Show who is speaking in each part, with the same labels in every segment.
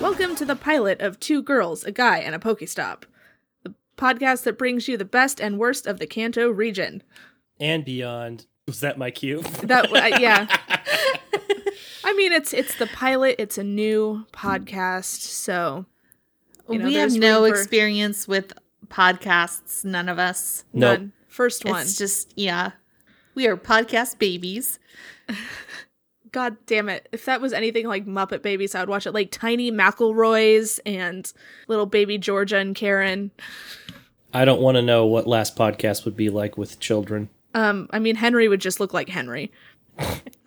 Speaker 1: Welcome to the pilot of Two Girls, a Guy, and a Pokestop, the podcast that brings you the best and worst of the Kanto region.
Speaker 2: and beyond. Was that my cue?
Speaker 1: That uh, yeah. I mean, it's it's the pilot. It's a new podcast, so You know,
Speaker 3: we have
Speaker 1: there's
Speaker 3: no
Speaker 1: room for-
Speaker 3: experience with podcasts, none of us.
Speaker 2: Nope.
Speaker 1: none. First one.
Speaker 3: It's just, yeah. We are podcast babies.
Speaker 1: God damn it! If that was anything like Muppet Babies, I would watch it. Like Tiny McElroy's and Little Baby Georgia and Karen.
Speaker 2: I don't want to know what last podcast would be like with children.
Speaker 1: Um, I mean, Henry would just look like Henry.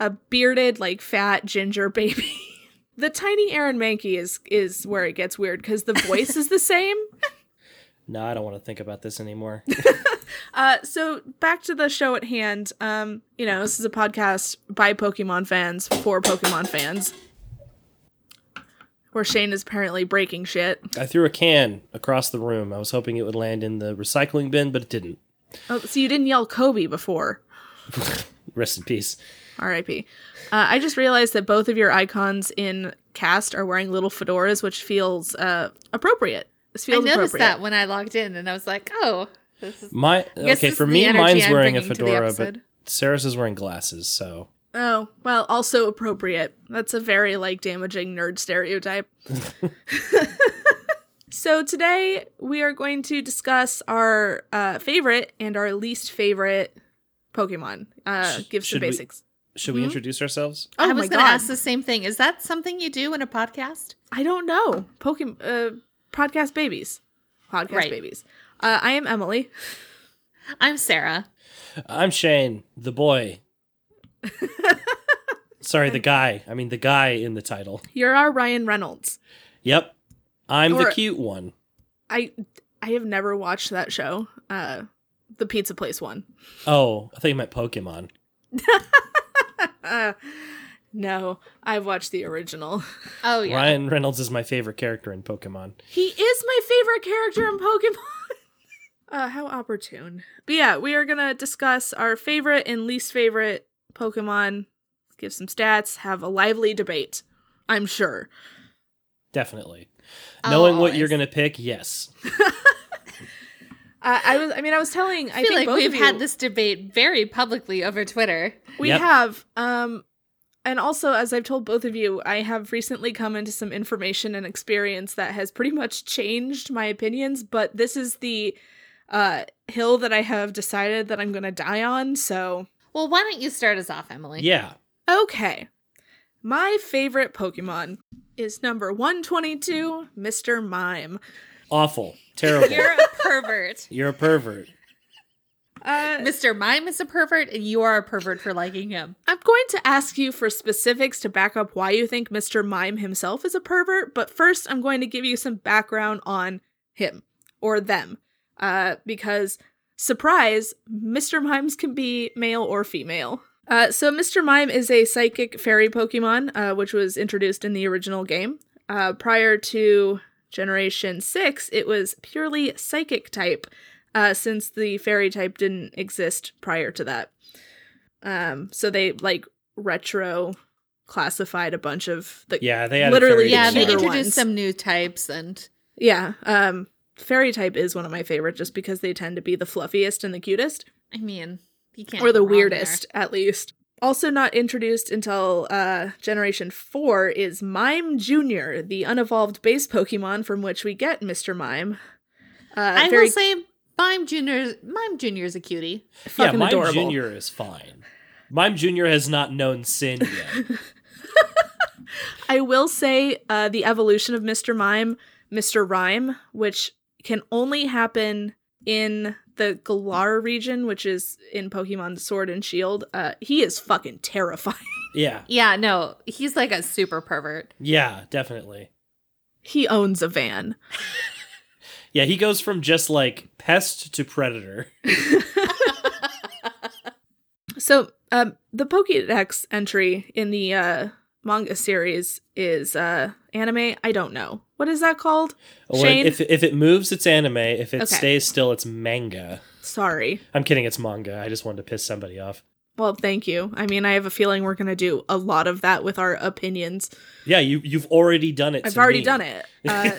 Speaker 1: a bearded, like fat ginger baby. the tiny Aaron Mankey is is where it gets weird because the voice is the same.
Speaker 2: No, I don't want to think about this anymore.
Speaker 1: Uh, so back to the show at hand. Um, you know, this is a podcast by Pokemon fans for Pokemon fans. Where Shane is apparently breaking shit.
Speaker 2: I threw a can across the room. I was hoping it would land in the recycling bin, but it didn't.
Speaker 1: Oh, so you didn't yell Kobe before.
Speaker 2: Rest in peace.
Speaker 1: R.I.P. Uh, I just realized that both of your icons in cast are wearing little fedoras, which feels uh, appropriate. This feels
Speaker 3: I noticed
Speaker 1: appropriate.
Speaker 3: that when I logged in and I was like, oh, this is.
Speaker 2: My
Speaker 3: guess
Speaker 2: okay
Speaker 3: this
Speaker 2: for
Speaker 3: is the
Speaker 2: me,
Speaker 3: energy
Speaker 2: mine's
Speaker 3: I'm
Speaker 2: wearing a
Speaker 3: bringing to the
Speaker 2: fedora, but
Speaker 3: episode.
Speaker 2: Sarah's is wearing glasses. So
Speaker 1: Oh, well, also appropriate. That's a very like damaging nerd stereotype. so today we are going to discuss our uh, favorite and our least favorite Pokemon. Uh,
Speaker 2: Sh-
Speaker 1: give some
Speaker 2: should we-
Speaker 1: basics.
Speaker 2: should
Speaker 3: Mm-hmm.
Speaker 2: we introduce ourselves?
Speaker 1: Oh
Speaker 3: I
Speaker 1: my
Speaker 3: was
Speaker 1: god,
Speaker 3: to ask the same thing. Is that something you do in a podcast?
Speaker 1: I don't know. Pokemon uh, podcast babies, podcast
Speaker 3: Right.
Speaker 1: babies. Uh, I am Emily.
Speaker 3: I'm Sarah.
Speaker 2: I'm Shane, the boy. Sorry, the guy. I mean, the guy in the title.
Speaker 1: You're our Ryan Reynolds.
Speaker 2: Yep, I'm
Speaker 1: Or-
Speaker 2: the cute one.
Speaker 1: I I have never watched that show. Uh, the pizza place one.
Speaker 2: Oh, I thought you meant Pokemon.
Speaker 1: Uh, no, I've watched the original.
Speaker 3: Oh, yeah.
Speaker 2: Ryan Reynolds is my favorite character in Pokemon.
Speaker 1: He is my favorite character in Pokemon. uh, how opportune. But yeah, we are going to discuss our favorite and least favorite Pokemon, give some stats, have a lively debate. I'm sure.
Speaker 2: Definitely. Knowing what
Speaker 3: Always.
Speaker 2: you're going to pick, yes.
Speaker 1: Uh, I was I mean I was telling I,
Speaker 3: I feel
Speaker 1: think
Speaker 3: like
Speaker 1: both
Speaker 3: we've
Speaker 1: of you,
Speaker 3: had this debate very publicly over Twitter.
Speaker 1: We
Speaker 2: Yep.
Speaker 1: have. Um and also as I've told both of you, I have recently come into some information and experience that has pretty much changed my opinions, but this is the uh hill that I have decided that I'm going to die on, so
Speaker 3: Well, why don't you start us off, Emily?
Speaker 2: Yeah.
Speaker 1: Okay. My favorite Pokemon is number 122, Mr. Mime.
Speaker 2: Awful. Terrible.
Speaker 3: You're a pervert.
Speaker 2: You're a pervert.
Speaker 1: Uh,
Speaker 3: Mr. Mime is a pervert, and you are a pervert for liking him.
Speaker 1: I'm going to ask you for specifics to back up why you think Mr. Mime himself is a pervert, but first I'm going to give you some background on him or them. Uh, because, surprise, Mr. Mimes can be male or female. Uh, so, Mr. Mime is a psychic fairy Pokemon, uh, which was introduced in the original game. Uh, prior to Generation 6, it was purely psychic type, uh, since the fairy type didn't exist prior to that. Um, so they like retro classified a bunch of the
Speaker 2: Yeah, they had
Speaker 1: Literally,
Speaker 2: A
Speaker 3: Yeah,
Speaker 2: yeah,
Speaker 3: they
Speaker 1: cuter
Speaker 3: introduced
Speaker 1: ones.
Speaker 3: some new types, and
Speaker 1: Yeah. Um fairy type is one of my favorite just because they tend to be the fluffiest and the cutest
Speaker 3: I mean, you can't
Speaker 1: or
Speaker 3: go
Speaker 1: the
Speaker 3: wrong there.
Speaker 1: weirdest at least. Also not introduced until uh generation 4 is Mime Jr., the unevolved base Pokemon from which we get Mr. Mime. Uh
Speaker 3: I
Speaker 1: very
Speaker 3: will say, Mime Junior, Mime Junior is a cutie.
Speaker 2: yeah,
Speaker 1: fucking
Speaker 2: Mime
Speaker 1: adorable.
Speaker 2: Jr. is fine. Mime Jr. has not known sin yet.
Speaker 1: I will say uh, the evolution of Mr. Mime, Mr. Rhyme, which can only happen in the Galar region, which is in Pokemon Sword and Shield. Uh, he is fucking terrifying.
Speaker 2: yeah.
Speaker 3: Yeah, no, he's like a super pervert.
Speaker 2: Yeah, definitely.
Speaker 1: he owns a van.
Speaker 2: Yeah, he goes from just like pest to predator.
Speaker 1: So um, the Pokédex entry in the uh, manga series is uh, anime. I don't know what is that called.
Speaker 2: Or
Speaker 1: Shane?
Speaker 2: If, if it moves, it's anime. If it
Speaker 1: Okay.
Speaker 2: stays still, it's manga.
Speaker 1: Sorry.
Speaker 2: I'm kidding, it's manga. I just wanted to piss somebody off.
Speaker 1: Well, thank you. I mean, I have a feeling we're going to do a lot of that with our opinions.
Speaker 2: Yeah, you you've already done it.
Speaker 1: I've
Speaker 2: to
Speaker 1: already
Speaker 2: me.
Speaker 1: done it. Uh,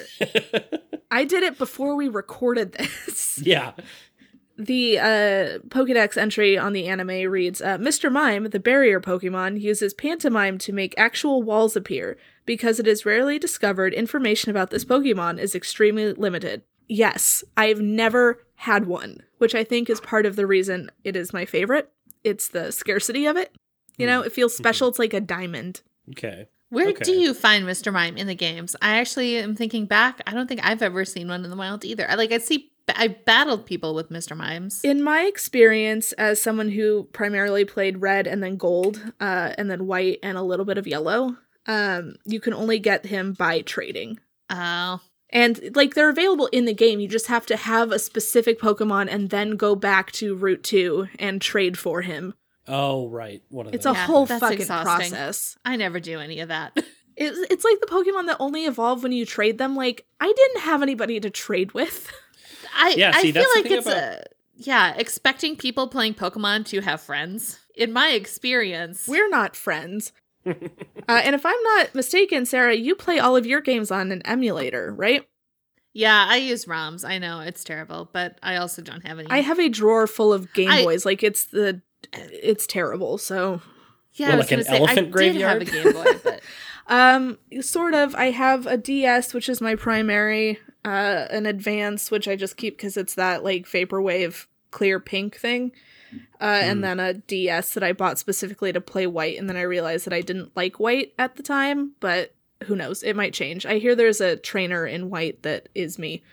Speaker 1: I did it before we recorded this.
Speaker 2: yeah.
Speaker 1: The uh, Pokedex entry on the anime reads uh, Mr. Mime, the barrier Pokemon, uses pantomime to make actual walls appear. Because it is rarely discovered, information about this Pokemon is extremely limited. Yes, I've never had one, which I think is part of the reason it is my favorite. It's the scarcity of it. You know, it feels special. It's like a diamond.
Speaker 2: Okay.
Speaker 3: Where
Speaker 2: Okay.
Speaker 3: do you find Mr. Mime in the games? I actually am thinking back. I don't think I've ever seen one in the wild either. I like I see I battled people with Mr. Mimes.
Speaker 1: In my experience, as someone who primarily played red and then gold, uh, and then white and a little bit of yellow, um, you can only get him by trading.
Speaker 3: Oh,
Speaker 1: And like they're available in the game, you just have to have a specific Pokemon and then go back to Route 2 and trade for him.
Speaker 2: Oh right. One of
Speaker 1: It's a
Speaker 2: those.
Speaker 3: Yeah,
Speaker 1: whole
Speaker 3: that's
Speaker 1: fucking
Speaker 3: exhausting.
Speaker 1: process.
Speaker 3: I never do any of that.
Speaker 1: It's, it's like the Pokemon that only evolve when you trade them. Like, I didn't have anybody to trade with.
Speaker 3: I
Speaker 2: Yeah, see,
Speaker 3: I feel
Speaker 2: that's the
Speaker 3: like
Speaker 2: thing
Speaker 3: it's a yeah, expecting people playing Pokemon to have friends. In my experience,
Speaker 1: We're not friends. uh, and if I'm not mistaken, Sarah, you play all of your games on an emulator, right?
Speaker 3: yeah, I use ROMs. I know it's terrible, but I also don't have any.
Speaker 1: I have a drawer full of Game
Speaker 3: I-
Speaker 1: Boys. Like it's the, it's terrible. So,
Speaker 3: yeah,
Speaker 2: Well,
Speaker 3: I was
Speaker 2: like an
Speaker 3: gonna say, I
Speaker 2: elephant graveyard?
Speaker 3: did have a Game Boy, but
Speaker 1: um, sort of. I have a DS, which is my primary, uh, an Advance, which I just keep because it's that like vaporwave clear pink thing, uh, and
Speaker 2: Mm.
Speaker 1: then a DS that I bought specifically to play white, and then I realized that I didn't like white at the time, but. Who knows? It might change. I hear there's a trainer in white that is me.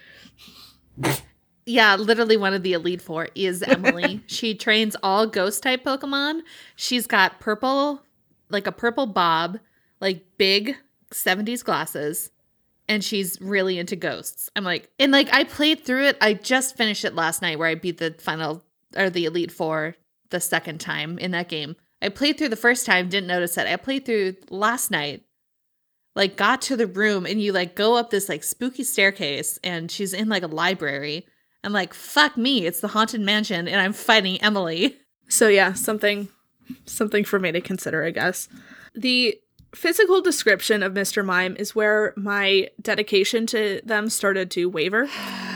Speaker 3: Yeah, literally one of the elite four is Emily. she trains all ghost type Pokemon. She's got purple, like a purple bob, like big 70s glasses, and she's really into ghosts. I'm like, and like I played through it. I just finished it last night where I beat the final or the elite four the second time in that game. I played through the first time, didn't notice it. I played through last night like got to the room and you like go up this like spooky staircase and she's in like a library. I'm like, fuck me, it's the haunted mansion and I'm fighting Emily.
Speaker 1: So yeah, something something for me to consider, I guess. The physical description of Mr. Mime is where my dedication to them started to waver.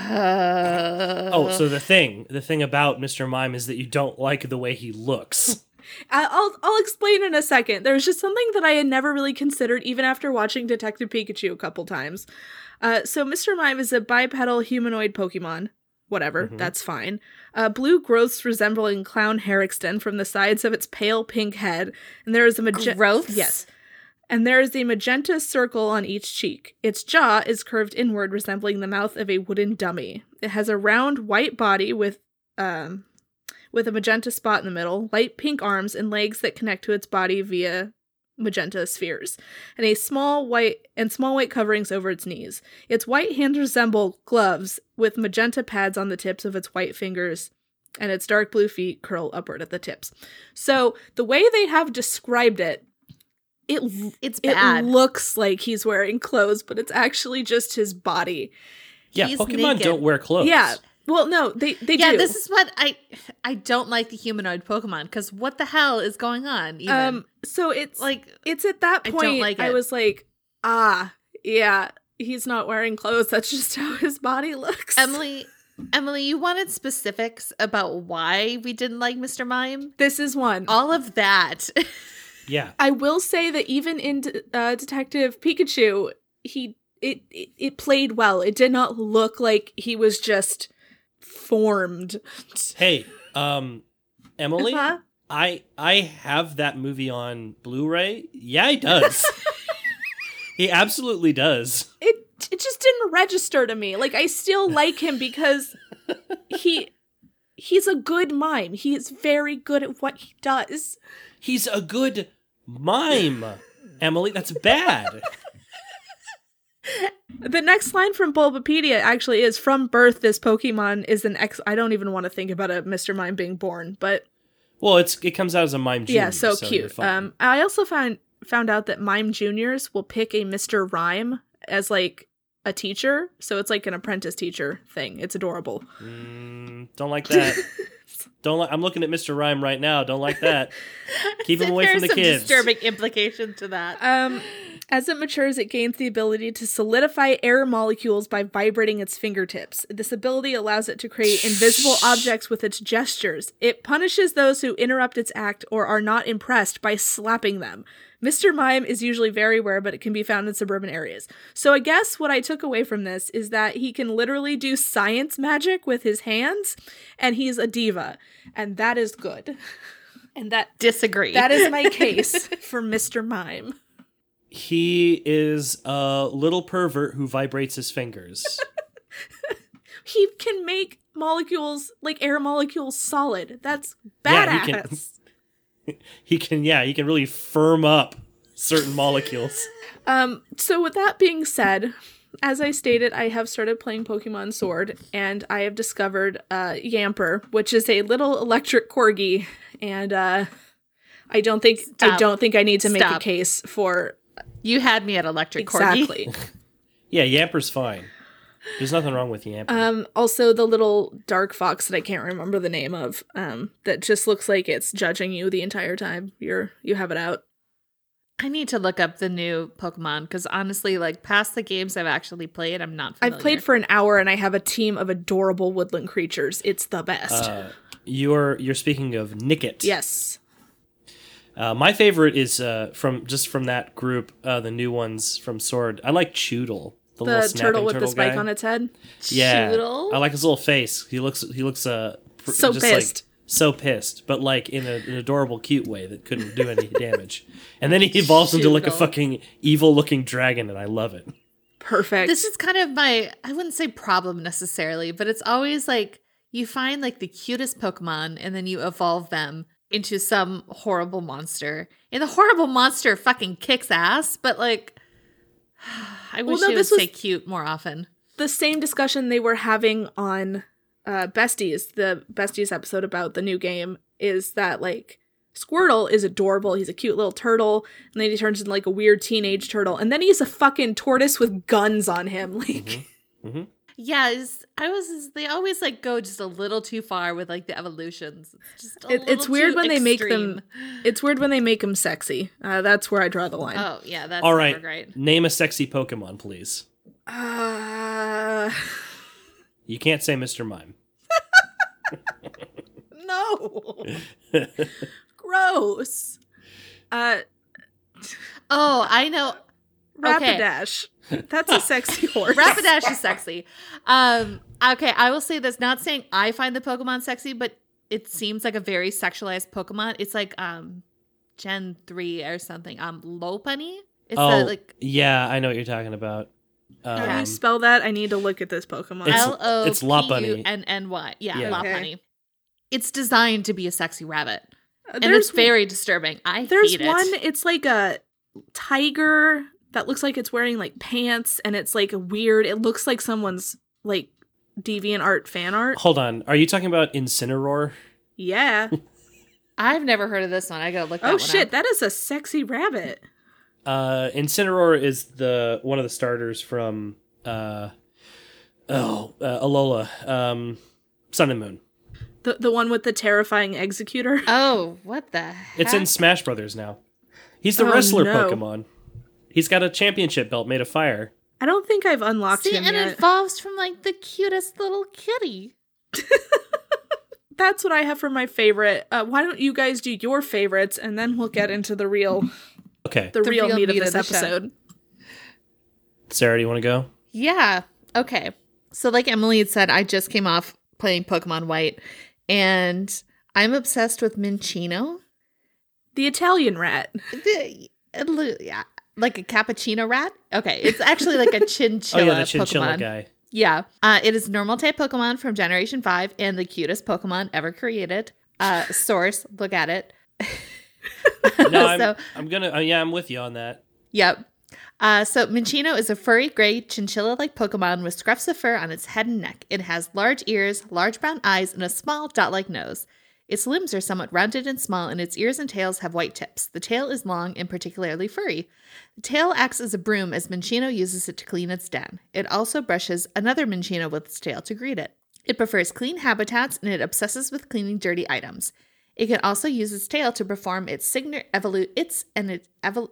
Speaker 2: Oh, so the thing, the thing about Mr. Mime is that you don't like the way he looks.
Speaker 1: I- I'll I'll explain in a second. There was just something that I had never really considered, even after watching Detective Pikachu a couple times. Uh, so Mr. Mime is a bipedal humanoid Pokemon. Whatever,
Speaker 2: Mhm.
Speaker 1: that's fine. Uh, blue growths resembling clown hair extend from the sides of its pale pink head, and there is a maje-
Speaker 3: Growths?
Speaker 1: Yes, and there is a magenta circle on each cheek. Its jaw is curved inward, resembling the mouth of a wooden dummy. It has a round white body with um, with a magenta spot in the middle, light pink arms, and legs that connect to its body via magenta spheres, and a small white and small white coverings over its knees. Its white hands resemble gloves with magenta pads on the tips of its white fingers, and its dark blue feet curl upward at the tips. So the way they have described it, it
Speaker 3: It's
Speaker 1: it
Speaker 3: bad.
Speaker 1: looks like he's wearing clothes, but it's actually just his body.
Speaker 2: Yeah,
Speaker 3: He's
Speaker 2: Pokemon
Speaker 3: naked.
Speaker 2: don't wear clothes.
Speaker 1: Yeah. Well, no, they they
Speaker 3: yeah,
Speaker 1: do.
Speaker 3: this is what I I don't like the humanoid Pokemon because what the hell is going on? Even
Speaker 1: um. So it's
Speaker 3: like
Speaker 1: it's at that
Speaker 3: I
Speaker 1: point
Speaker 3: don't like
Speaker 1: I
Speaker 3: it.
Speaker 1: was like, ah, yeah, he's not wearing clothes. That's just how his body looks.
Speaker 3: Emily, Emily, you wanted specifics about why we didn't like Mr. Mime.
Speaker 1: this is one.
Speaker 3: All of that.
Speaker 2: Yeah.
Speaker 1: I will say that even in De- uh, Detective Pikachu, he it, it it played well. It did not look like he was just formed.
Speaker 2: Hey, um, Emily,
Speaker 1: Uh-huh.
Speaker 2: I I have that movie on Blu-ray. Yeah, he does. he absolutely does.
Speaker 1: It it just didn't register to me. Like I still like him because he he's a good mime. He is very good at what he does.
Speaker 2: He's a good mime, Emily. That's bad.
Speaker 1: The next line from Bulbapedia actually is from birth this Pokemon is an ex I don't even want to think about a Mr. Mime being born, but
Speaker 2: Well, it's it comes out as a mime. Junior,
Speaker 1: yeah, so,
Speaker 2: you're
Speaker 1: cute.
Speaker 2: fine.
Speaker 1: Um I also found found out that Mime Juniors will pick a Mr. Rhyme as like a teacher, so it's like an apprentice teacher thing. It's adorable.
Speaker 2: Mm, don't like that. Don't like. I'm looking at Mr. Rhyme right now. Don't like that. Keep him away
Speaker 3: There's
Speaker 2: from the
Speaker 3: some
Speaker 2: kids.
Speaker 3: disturbing implication to that.
Speaker 1: Um, as it matures, it gains the ability to solidify air molecules by vibrating its fingertips. This ability allows it to create invisible objects with its gestures. It punishes those who interrupt its act or are not impressed by slapping them. Mr. Mime is usually very rare, but it can be found in suburban areas. So I guess what I took away from this is that he can literally do science magic with his hands, and he's a diva, and that is good. And that
Speaker 3: Disagree.
Speaker 1: that is my case for Mr. Mime.
Speaker 2: He is a little pervert who vibrates his fingers.
Speaker 1: he can make molecules like air molecules solid. That's
Speaker 2: Yeah,
Speaker 1: badass.
Speaker 2: he can- he can, yeah, he can really firm up certain molecules.
Speaker 1: um so with that being said, as I stated, I have started playing Pokemon Sword and I have discovered uh Yamper, which is a little electric corgi and uh I don't think I
Speaker 3: Stop.
Speaker 1: don't think I need to make a
Speaker 3: Stop.
Speaker 1: case for
Speaker 3: you had me at electric corgi.
Speaker 1: exactly.
Speaker 2: Yeah, Yamper's fine. There's nothing wrong with Yamper.
Speaker 1: Um, also the little dark fox that I can't remember the name of, um, that just looks like it's judging you the entire time. You're you have it out.
Speaker 3: I need to look up the new Pokemon because honestly, like past the games I've actually played, I'm not. Familiar.
Speaker 1: I've played for an hour and I have a team of adorable woodland creatures. It's the best.
Speaker 2: Uh, you're you're speaking of Nicket.
Speaker 1: yes.
Speaker 2: Uh, my favorite is uh, from just from that group, uh, the new ones from Sword. I like Choodle, the, little
Speaker 1: The
Speaker 2: snapping
Speaker 1: turtle with the spike
Speaker 2: guy.
Speaker 1: on its head.
Speaker 2: Yeah,
Speaker 3: Choodle?
Speaker 2: I like his little face. He looks he looks uh pr-
Speaker 1: So
Speaker 2: like,
Speaker 1: pissed.
Speaker 2: so pissed, but like in a, an adorable, cute way that couldn't do any damage. And then he evolves into like a
Speaker 3: Choodle.
Speaker 2: fucking evil looking dragon, and I love it.
Speaker 1: Perfect.
Speaker 3: This is kind of my. I wouldn't say problem necessarily, but it's always like you find like the cutest Pokemon and then you evolve them into some horrible monster, and the horrible monster fucking kicks ass. But like, I
Speaker 1: Well,
Speaker 3: wish
Speaker 1: no,
Speaker 3: they
Speaker 1: this
Speaker 3: would
Speaker 1: was-
Speaker 3: say cute more often.
Speaker 1: the same discussion they were having on uh, Besties, the Besties episode about the new game, is that like Squirtle is adorable. He's a cute little turtle, and then he turns into like a weird teenage turtle, and then he's a fucking tortoise with guns on him. Like,
Speaker 2: Mm-hmm.
Speaker 3: Yeah, it's, I was. They always like go just a little too far with like the evolutions. It's just a
Speaker 1: It- it's
Speaker 3: little
Speaker 1: weird
Speaker 3: too
Speaker 1: when they make them-
Speaker 3: extreme.
Speaker 1: it's weird when they make him sexy. Uh, that's where I draw the line.
Speaker 3: Oh yeah, that's
Speaker 2: All
Speaker 3: all
Speaker 2: right.
Speaker 3: right. Great.
Speaker 2: Name a sexy Pokemon, please.
Speaker 3: Oh.
Speaker 1: Uh,
Speaker 2: You can't say Mr. Mime.
Speaker 1: no. Gross. Uh,
Speaker 3: Oh, I know.
Speaker 1: Rapidash. That's a sexy horse.
Speaker 3: Rapidash is sexy. Um, okay, I will say this. Not saying I find the Pokemon sexy, but it seems like a very sexualized Pokemon. It's like um, Gen three or something. Um, Lopunny. It's
Speaker 2: oh,
Speaker 3: a, like
Speaker 2: yeah, I know what you're talking about. Um,
Speaker 1: How do you spell that? I need to look at this Pokemon.
Speaker 2: It's-
Speaker 3: L O
Speaker 2: it's
Speaker 3: P
Speaker 2: Lopunny.
Speaker 3: U N N Y. Yeah,
Speaker 2: Yeah.
Speaker 1: Okay.
Speaker 3: Lopunny. It's designed to be a sexy rabbit,
Speaker 1: Uh,
Speaker 3: and it's very disturbing. I
Speaker 1: There's
Speaker 3: hate it.
Speaker 1: one. It's like a tiger that looks like it's wearing like pants, and it's like weird. It looks like someone's like deviant art fan art.
Speaker 2: Hold on. Are you talking about Incineroar?
Speaker 1: Yeah.
Speaker 3: I've never heard of this one. I gotta look. That
Speaker 1: oh
Speaker 3: one
Speaker 1: shit,
Speaker 3: up.
Speaker 1: that is a sexy rabbit.
Speaker 2: Uh, Incineroar is the one of the starters from uh, oh uh, Alola, um, Sun and Moon.
Speaker 1: The the one with the terrifying executor.
Speaker 3: Oh, what the?
Speaker 2: It's
Speaker 3: heck?
Speaker 2: in Smash Brothers now. He's the
Speaker 1: Oh,
Speaker 2: wrestler
Speaker 1: no.
Speaker 2: Pokemon. He's got a championship belt made of fire.
Speaker 1: I don't think I've unlocked
Speaker 3: See,
Speaker 1: him
Speaker 3: and
Speaker 1: yet.
Speaker 3: it evolves from like the cutest little kitty.
Speaker 1: That's what I have for my favorite. Uh, why don't you guys do your favorites, and then we'll get into the real
Speaker 2: Okay,
Speaker 1: the,
Speaker 3: The
Speaker 1: real,
Speaker 3: real
Speaker 1: meat,
Speaker 3: meat
Speaker 1: of
Speaker 3: of
Speaker 1: this
Speaker 3: the show.
Speaker 1: episode.
Speaker 2: Sarah, do you want to go?
Speaker 3: Yeah. Okay. So, like Emily had said, I just came off playing Pokemon White, and I'm obsessed with Minchino.
Speaker 1: The Italian rat.
Speaker 3: The- it lo- yeah, like a cappuccino rat. Okay, it's actually like a chinchilla.
Speaker 2: oh yeah, the chinchilla
Speaker 3: Pokemon.
Speaker 2: guy.
Speaker 3: Yeah. Uh, it is normal type Pokemon from Generation 5 and the cutest Pokemon ever created. Uh, source, look at it.
Speaker 2: No, I'm,
Speaker 3: So-
Speaker 2: I'm gonna. Uh, yeah, I'm with you on that.
Speaker 3: Yep. Uh, so Minchino is a furry gray chinchilla-like Pokemon with scruffs of fur on its head and neck. It has large ears, large brown eyes, and a small dot-like nose. Its limbs are somewhat rounded and small, and its ears and tails have white tips. The tail is long and particularly furry. The tail acts as a broom as Minchino uses it to clean its den. It also brushes another Minchino with its tail to greet it. It prefers clean habitats and it obsesses with cleaning dirty items. It can also use its tail to perform its signature evolu- its and its evol-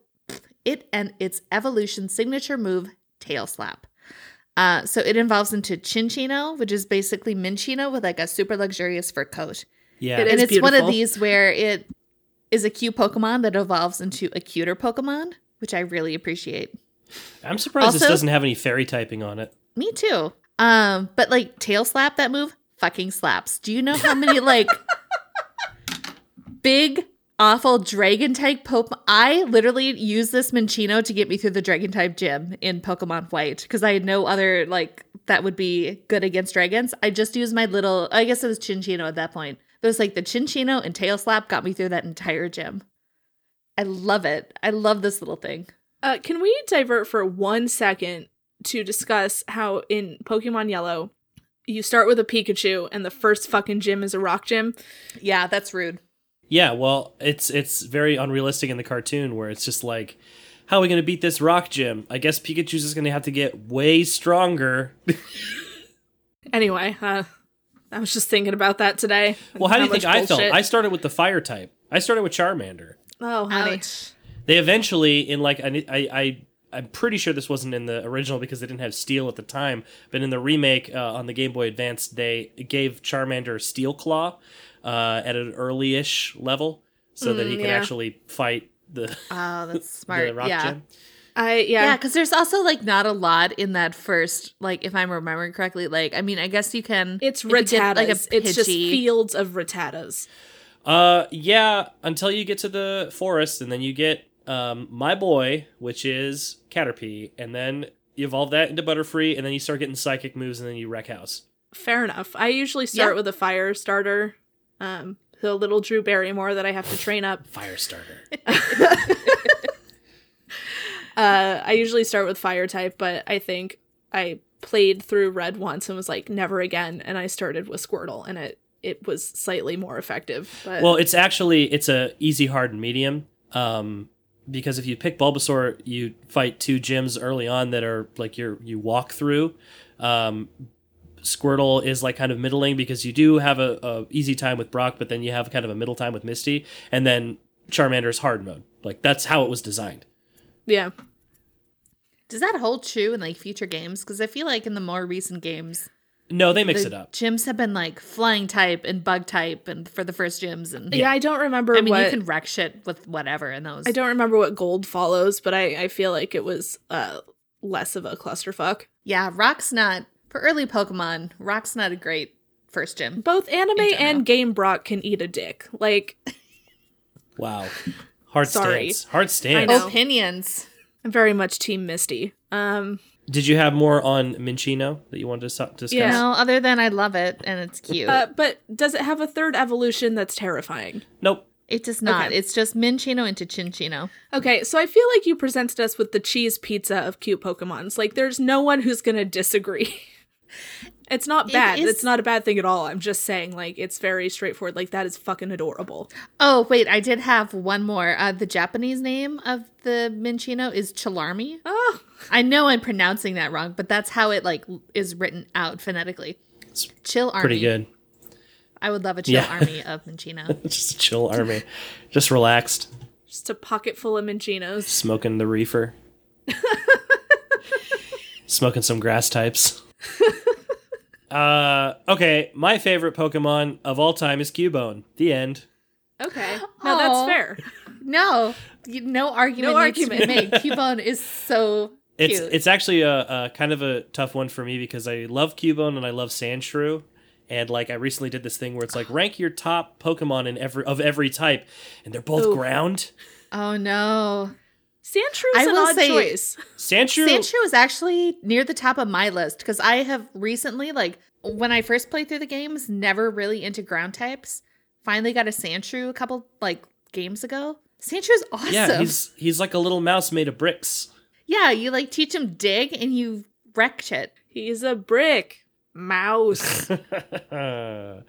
Speaker 3: it and its evolution signature move tail slap. Uh, so it evolves into Chinchino, which is basically Minchino with like a super luxurious fur coat.
Speaker 2: Yeah.
Speaker 1: It
Speaker 3: and
Speaker 1: is
Speaker 3: it's one of
Speaker 1: beautiful.
Speaker 3: these where it is a cute Pokemon that evolves into a cuter Pokemon, which I really appreciate.
Speaker 2: I'm surprised this
Speaker 3: Also-
Speaker 2: doesn't have any fairy typing on it.
Speaker 3: Me too. Um, but like tail slap that move fucking slaps. Do you know how many like big awful dragon type pope I literally used this Minchino to get me through the dragon type gym in Pokemon White because I had no other like that would be good against dragons. I just used my little I guess it was Chinchino at that point. But it was like the Chinchino and tail slap got me through that entire gym. I love it. I love this little thing.
Speaker 1: Uh, can we divert for one second to discuss how in Pokemon Yellow, you start with a Pikachu and the first fucking gym is a rock gym?
Speaker 3: Yeah, that's rude.
Speaker 2: Yeah, well, it's it's very unrealistic in the cartoon where it's just like, how are we gonna beat this rock gym? I guess Pikachu's just gonna have to get way stronger.
Speaker 1: Anyway, uh, I was just thinking about that today. and
Speaker 2: well, how do you
Speaker 1: much
Speaker 2: think I felt?
Speaker 1: bullshit-
Speaker 2: I started with the fire type. I started with Charmander.
Speaker 1: oh, honey.
Speaker 3: Ouch.
Speaker 2: They eventually, in like, I, I, I I'm pretty sure this wasn't in the original because they didn't have steel at the time, but in the remake uh, on the Game Boy Advance, they gave Charmander Steel Claw uh, at an early-ish level so that
Speaker 1: Mm,
Speaker 2: he could
Speaker 1: yeah.
Speaker 2: actually fight the,
Speaker 3: Oh, that's
Speaker 2: the
Speaker 3: smart.
Speaker 2: rock
Speaker 3: yeah.
Speaker 2: gym.
Speaker 1: I yeah.
Speaker 3: Yeah, because there's also like not a lot in that first, like if I'm remembering correctly. Like, I mean, I guess you can.
Speaker 1: It's
Speaker 3: you could
Speaker 1: rattatas.
Speaker 3: get, like, a
Speaker 1: it's just
Speaker 3: Pidgey.
Speaker 1: fields of rattatas.
Speaker 2: Uh, yeah, until you get to the forest, and then you get um my boy, which is Caterpie, and then you evolve that into Butterfree, and then you start getting psychic moves, and then you wreck house.
Speaker 1: Fair enough. I usually start
Speaker 3: Yeah.
Speaker 1: with a fire starter. Um, the little Drew Barrymore that I have to train up.
Speaker 2: Firestarter.
Speaker 1: Uh, I usually start with fire type, but I think I played through red once and was like never again, and I started with Squirtle, and it it was slightly more effective. But
Speaker 2: well, it's actually it's a easy, hard, and medium. Um, because if you pick Bulbasaur, you fight two gyms early on that are like your you walk through. Um, Squirtle is like kind of middling because you do have a, a easy time with Brock, but then you have kind of a middle time with Misty, and then Charmander's hard mode. Like that's how it was designed.
Speaker 1: yeah,
Speaker 3: Does that hold true in like future games? Because I feel like in the more recent games,
Speaker 2: No, they mix
Speaker 3: the
Speaker 2: it up.
Speaker 3: gyms have been like flying type and bug type, and for the first gyms, and
Speaker 1: yeah, I don't remember.
Speaker 3: I mean,
Speaker 1: what,
Speaker 3: you can wreck shit with whatever in those.
Speaker 1: I don't remember what gold follows, but I I feel like it was uh less of a clusterfuck.
Speaker 3: Yeah, Rock's not for early Pokemon. Rock's not a great first gym.
Speaker 1: Both anime
Speaker 3: In general.
Speaker 1: and Game Brock can eat a dick. Like
Speaker 2: Wow. Hard
Speaker 1: Sorry.
Speaker 2: stance. Hard
Speaker 1: I
Speaker 2: stance.
Speaker 1: know.
Speaker 3: Opinions.
Speaker 1: I'm very much Team Misty. Um,
Speaker 2: Did you have more on Minchino that you wanted to so- discuss?
Speaker 1: Yeah.
Speaker 3: No, other than I love it and it's cute.
Speaker 1: uh, but does it have a third evolution that's terrifying?
Speaker 2: Nope.
Speaker 3: it does not.
Speaker 1: okay.
Speaker 3: It's just Minchino into Chinchino.
Speaker 1: Okay, so I feel like you presented us with the cheese pizza of cute Pokemons. Like, there's no one who's gonna disagree. it's not
Speaker 3: It
Speaker 1: bad.
Speaker 3: is-
Speaker 1: It's not a bad thing at all. I'm just saying, like, it's very straightforward. Like, that is fucking adorable.
Speaker 3: Oh wait, I did have one more. Uh, the Japanese name of the Minchino is Chalarmi.
Speaker 1: Oh,
Speaker 3: I know I'm pronouncing that wrong, but that's how it like is written out phonetically. Chill army.
Speaker 2: Pretty good.
Speaker 3: I would love a chill
Speaker 2: Yeah.
Speaker 3: army of Minchino.
Speaker 2: Just a chill army. Just relaxed,
Speaker 1: just a pocket full of Minchinos.
Speaker 2: smoking the reefer. smoking some grass types. uh okay, my favorite Pokemon of all time is Cubone. The end.
Speaker 1: Okay, no, that's
Speaker 3: Aw.
Speaker 1: fair.
Speaker 3: no, you- no argument.
Speaker 1: No
Speaker 3: needs to be made. Cubone is so cute.
Speaker 2: It's it's actually a, a kind of a tough one for me because I love Cubone and I love Sandshrew, and like I recently did this thing where it's like rank your top Pokemon in every of every type, and they're both
Speaker 1: Ooh.
Speaker 2: ground.
Speaker 3: oh no,
Speaker 1: Sandshrew
Speaker 3: I
Speaker 1: is an
Speaker 3: will
Speaker 1: odd
Speaker 3: say-
Speaker 1: choice.
Speaker 2: Sandshrew,
Speaker 3: Sandshrew is actually near the top of my list because I have recently, like when I first played through the games, never really into ground types. Finally got a Sandshrew a couple like games ago. Sandshrew is awesome.
Speaker 2: yeah, he's he's like a little mouse made of bricks.
Speaker 3: Yeah, you like teach him dig and you wreck shit.
Speaker 1: He's a brick mouse.
Speaker 2: yeah,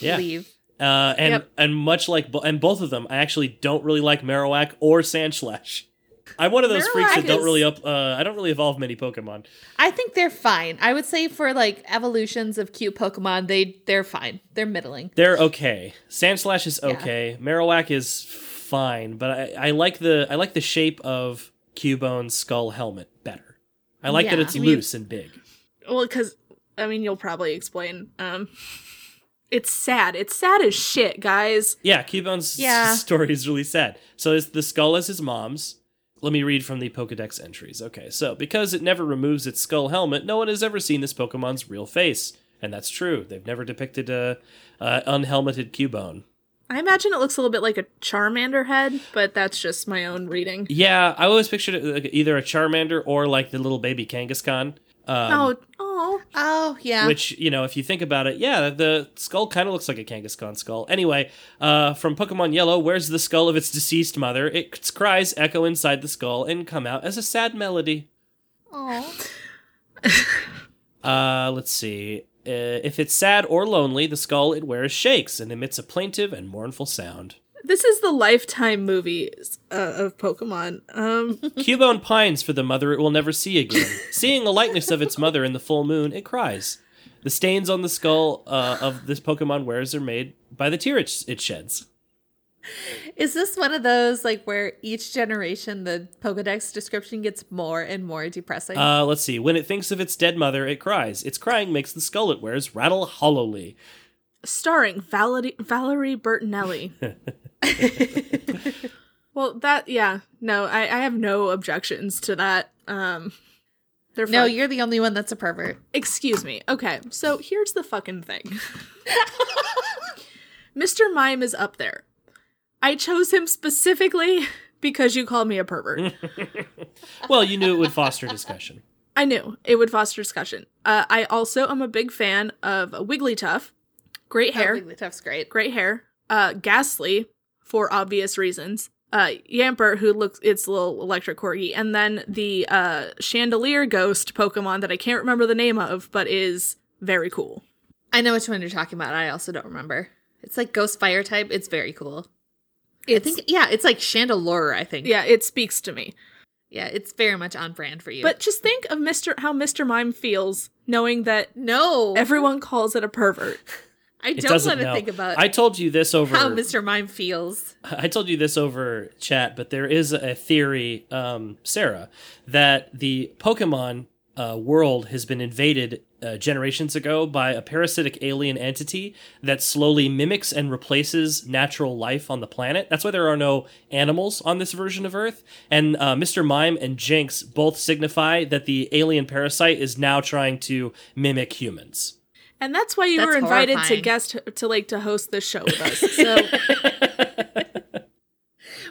Speaker 3: Leave.
Speaker 2: uh, and
Speaker 1: Yep.
Speaker 2: and much like bo- and both of them, I actually don't really like Marowak or Sandslash. I'm one of those freaks that
Speaker 3: Marowak
Speaker 2: don't
Speaker 3: is-
Speaker 2: really up. Uh, I don't really evolve many Pokemon.
Speaker 3: I think they're fine. I would say for like evolutions of cute Pokemon, they they're fine. They're middling.
Speaker 2: They're okay. Sandslash is
Speaker 3: Yeah.
Speaker 2: okay. Marowak is fine, but I, I like the I like the shape of Cubone's skull helmet better. I like that
Speaker 3: Yeah.
Speaker 2: it's
Speaker 1: I mean-
Speaker 2: loose and big.
Speaker 1: Well, because I mean, you'll probably explain. Um, it's sad. It's sad as shit, guys.
Speaker 2: Yeah, Cubone's
Speaker 3: Yeah.
Speaker 2: story is really sad. So it's, the skull is his mom's. Let me read from the Pokedex entries. Okay, so because it never removes its skull helmet, no one has ever seen this Pokemon's real face, and that's true. They've never depicted a uh, unhelmeted Cubone.
Speaker 1: I imagine it looks a little bit like a Charmander head, but that's just my own reading.
Speaker 2: Yeah, I always pictured it like either a Charmander or like the little baby Kangaskhan. Um,
Speaker 1: oh, oh,
Speaker 3: Oh yeah.
Speaker 2: Which, you know, if you think about it, yeah, the skull kind of looks like a Kangaskhan skull. Anyway, uh, from Pokemon Yellow, where's the skull of its deceased mother? Its cries echo inside the skull and come out as a sad melody.
Speaker 3: Aw.
Speaker 2: Uh, let's see. Uh, if it's sad or lonely, the skull it wears shakes and emits a plaintive and mournful sound.
Speaker 1: this is the lifetime movies uh, of Pokemon. Um,
Speaker 2: Cubone pines for the mother it will never see again. Seeing a likeness of its mother in the full moon, it cries. The stains on the skull uh, of this Pokemon wears are made by the tear it, it sheds.
Speaker 3: Is this one of those like where each generation the Pokedex description gets more and more depressing?
Speaker 2: Uh, let's see. When it thinks of its dead mother, it cries. Its crying makes the skull it wears rattle hollowly.
Speaker 1: starring Valerie Valerie Bertinelli. well, that yeah, no, I, I have no objections to that. Um, they're
Speaker 3: no,
Speaker 1: fun.
Speaker 3: you're the only one that's a pervert.
Speaker 1: Excuse me. Okay, so here's the fucking thing. Mr. Mime is up there. I chose him specifically because you called me a pervert.
Speaker 2: Well, you knew it would foster discussion.
Speaker 1: I knew it would foster discussion. Uh, I also am a big fan of Wigglytuff. Great hair.
Speaker 3: Oh, Wigglytuff's great.
Speaker 1: great hair. Uh, Ghastly, for obvious reasons. Uh, Yamper, who looks its little electric corgi, and then the uh, chandelier ghost Pokemon that I can't remember the name of, but is very cool.
Speaker 3: I know which one you're talking about. I also don't remember. It's like ghost fire type. It's very cool. I
Speaker 1: It's-
Speaker 3: think yeah, it's like chandelure, I think.
Speaker 1: Yeah, it speaks to me.
Speaker 3: Yeah, it's very much on brand for you.
Speaker 1: But just think of Mister how Mister Mime feels knowing that
Speaker 3: no.
Speaker 1: everyone calls it a pervert.
Speaker 3: I
Speaker 2: It
Speaker 3: don't
Speaker 2: doesn't
Speaker 3: want to
Speaker 2: know.
Speaker 3: think about
Speaker 2: I told you this over.
Speaker 3: how Mr. Mime feels.
Speaker 2: I told you this over chat, but there is a theory, um, Sarah, that the Pokemon uh, world has been invaded uh, generations ago by a parasitic alien entity that slowly mimics and replaces natural life on the planet. That's why there are no animals on this version of Earth. And uh, Mr. Mime and Jinx both signify that the alien parasite is now trying to mimic humans.
Speaker 1: And that's why you
Speaker 3: That's
Speaker 1: were invited to
Speaker 3: horrifying.
Speaker 1: guest to like to host this show with us. So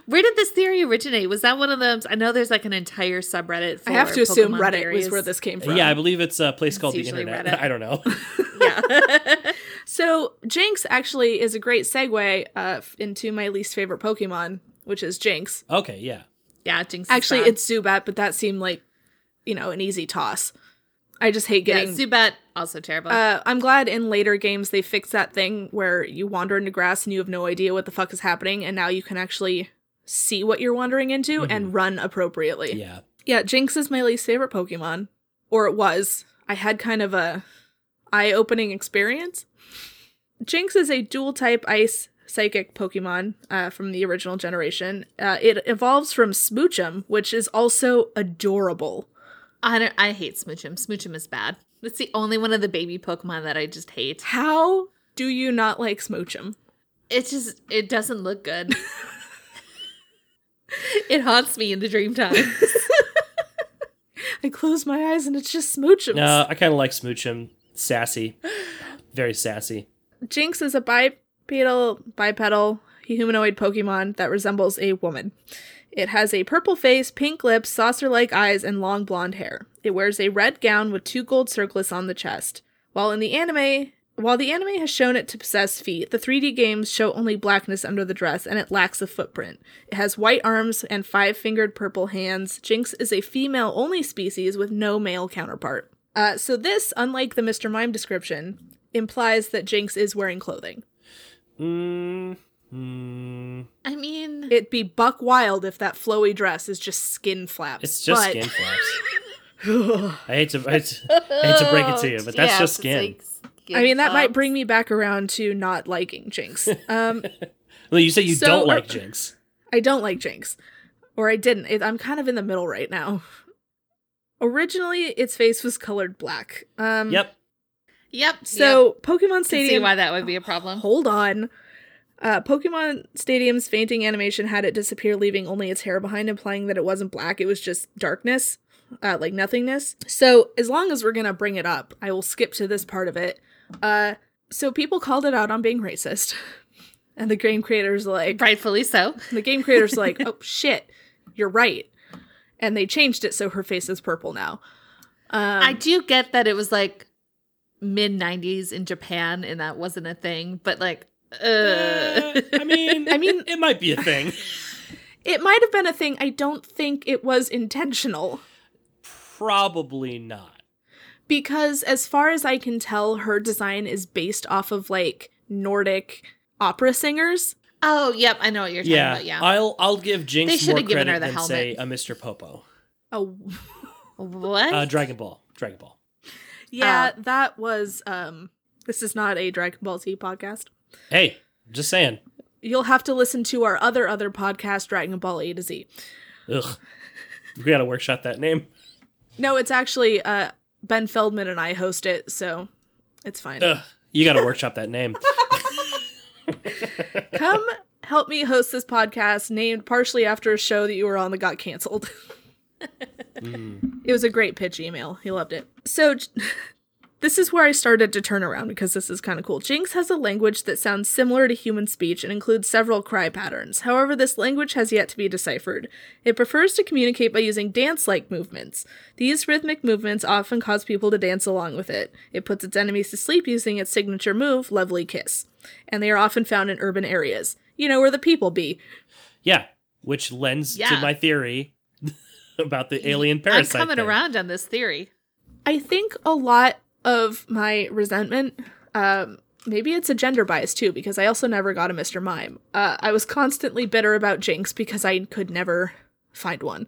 Speaker 3: Where did this theory originate? Was that one of those? I know there's like an entire subreddit. For
Speaker 1: I have to assume
Speaker 3: Pokemon
Speaker 1: Reddit
Speaker 3: theories.
Speaker 1: was where this came from.
Speaker 2: Yeah, I believe it's a place called the
Speaker 3: usually
Speaker 2: Internet.
Speaker 3: Reddit.
Speaker 2: I don't know.
Speaker 3: Yeah.
Speaker 1: So Jinx actually is a great segue uh, f- into my least favorite Pokemon, which is Jinx.
Speaker 2: okay, yeah.
Speaker 3: yeah, Jinx. is
Speaker 1: Actually,
Speaker 3: bad.
Speaker 1: it's Zubat, but that seemed like you know an easy toss. I just hate
Speaker 3: yeah,
Speaker 1: getting.
Speaker 3: Zubat also terrible.
Speaker 1: uh, I'm glad in later games they fixed that thing where you wander into grass and you have no idea what the fuck is happening, and now you can actually see what you're wandering into and run appropriately.
Speaker 2: Yeah.
Speaker 1: Yeah, Jinx is my least favorite Pokemon, or it was. I had kind of a eye-opening experience. Jinx is a dual-type Ice Psychic Pokemon uh, from the original generation. Uh, it evolves from Smoochum, which is also adorable.
Speaker 3: I don't. I hate Smoochum. Smoochum is bad. That's the only one of the baby Pokemon that I just hate.
Speaker 1: How do you not like Smoochum?
Speaker 3: It just it doesn't look good. it haunts me in the dream time.
Speaker 1: I close my eyes and it's just Smoochum.
Speaker 2: No, I kind of like Smoochum. Sassy. Very sassy.
Speaker 1: Jinx is a bipedal, bipedal humanoid Pokemon that resembles a woman. It has a purple face, pink lips, saucer like eyes, and long blonde hair. It wears a red gown with two gold circlets on the chest. While in the anime, while the anime has shown it to possess feet, the 3D games show only blackness under the dress and it lacks a footprint. It has white arms and five fingered purple hands. Jinx is a female only species with no male counterpart. Uh, so, this, unlike the Mr. Mime description, implies that Jinx is wearing clothing.
Speaker 2: Mm, Hmm.
Speaker 3: I mean,
Speaker 1: It'd be buck wild if that flowy dress is just skin flaps.
Speaker 2: it's just
Speaker 1: but-
Speaker 2: skin flaps. I hate to, I hate to, I hate to break it to you, but that's
Speaker 3: Yeah,
Speaker 2: just
Speaker 3: it's
Speaker 2: skin.
Speaker 3: like
Speaker 1: I mean, that
Speaker 3: skin
Speaker 1: might
Speaker 3: up.
Speaker 1: bring me back around to not liking Jinx. Um,
Speaker 2: No, you say you
Speaker 1: So-
Speaker 3: uh,
Speaker 2: don't like Jinx.
Speaker 1: I don't like Jinx, or I didn't. It, I'm kind of in the middle right now. Originally, its face was colored black. Um,
Speaker 2: Yep.
Speaker 3: Yep. yep.
Speaker 1: So Pokemon
Speaker 3: I can see
Speaker 1: Stadium.
Speaker 3: why that would be a problem.
Speaker 1: Hold on. Uh, Pokemon Stadium's fainting animation had it disappear, leaving only its hair behind, implying that it wasn't black. It was just darkness, uh, like nothingness. So, as long as we're going to bring it up, I will skip to this part of it. Uh, so, people called it out on being racist. And the game creators were like,
Speaker 3: Rightfully so.
Speaker 1: the game creators were like, oh shit, you're right. And they changed it so her face is purple now. Um,
Speaker 3: I do get that it was like mid 90s in Japan and that wasn't a thing, but like, uh,
Speaker 2: Uh, I mean,
Speaker 1: I mean-
Speaker 2: it might be a thing.
Speaker 1: it might have been a thing. I don't think it was intentional.
Speaker 2: Probably not.
Speaker 1: because as far as I can tell, her design is based off of like Nordic opera singers.
Speaker 3: oh, yep. I know what you're talking
Speaker 2: Yeah,
Speaker 3: about. Yeah.
Speaker 2: I'll I'll give Jinx
Speaker 3: They
Speaker 2: more
Speaker 3: should have
Speaker 2: credit
Speaker 3: given her the
Speaker 2: than
Speaker 3: helmet.
Speaker 2: say a Mr. Popo.
Speaker 1: Oh,
Speaker 3: what?
Speaker 2: Uh, Dragon Ball. Dragon Ball.
Speaker 1: yeah, that was. Um, this is not a Dragon Ball Z podcast.
Speaker 2: Hey, just saying.
Speaker 1: You'll have to listen to our other other podcast, Dragon Ball A to Z.
Speaker 2: Ugh. We gotta workshop that name.
Speaker 1: No, it's actually uh, Ben Feldman and I host it, so it's fine.
Speaker 2: Ugh. You gotta workshop that name.
Speaker 1: Come help me host this podcast, named partially after a show that you were on that got canceled.
Speaker 2: Mm.
Speaker 1: It was a great pitch email. He loved it. So, j- this is where I started to turn around because this is kind of cool. Jinx has a language that sounds similar to human speech and includes several cry patterns. However, this language has yet to be deciphered. It prefers to communicate by using dance like movements. These rhythmic movements often cause people to dance along with it. It puts its enemies to sleep using its signature move, Lovely Kiss. And they are often found in urban areas. You know, where the people be.
Speaker 2: Yeah, which lends to
Speaker 3: Yeah.
Speaker 2: my theory about the alien
Speaker 3: I'm
Speaker 2: parasite.
Speaker 3: coming
Speaker 2: thing.
Speaker 3: around on this theory.
Speaker 1: I think a lot of my resentment, um, maybe it's a gender bias too, because I also never got a Mr. Mime. Uh, I was constantly bitter about Jinx because I could never find one.